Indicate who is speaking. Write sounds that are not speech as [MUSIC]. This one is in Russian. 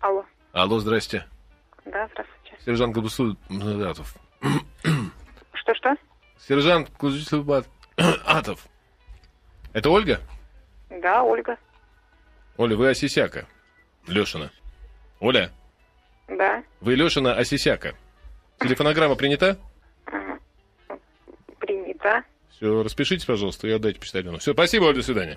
Speaker 1: Алло.
Speaker 2: Алло, здрасте.
Speaker 1: Да, здравствуйте.
Speaker 2: Сержант Габусулатов.
Speaker 1: Что-что?
Speaker 2: Сержант [COUGHS] Атов. Это Ольга?
Speaker 1: Да, Ольга.
Speaker 2: Оля, вы Осисяка. Лешина. Оля,
Speaker 1: Да.
Speaker 2: вы Лешина Осисяка. Телефонограмма принята?
Speaker 1: Принято.
Speaker 2: Все, распишитесь, пожалуйста, и отдайте почитать. Все, спасибо, Оль, до свидания.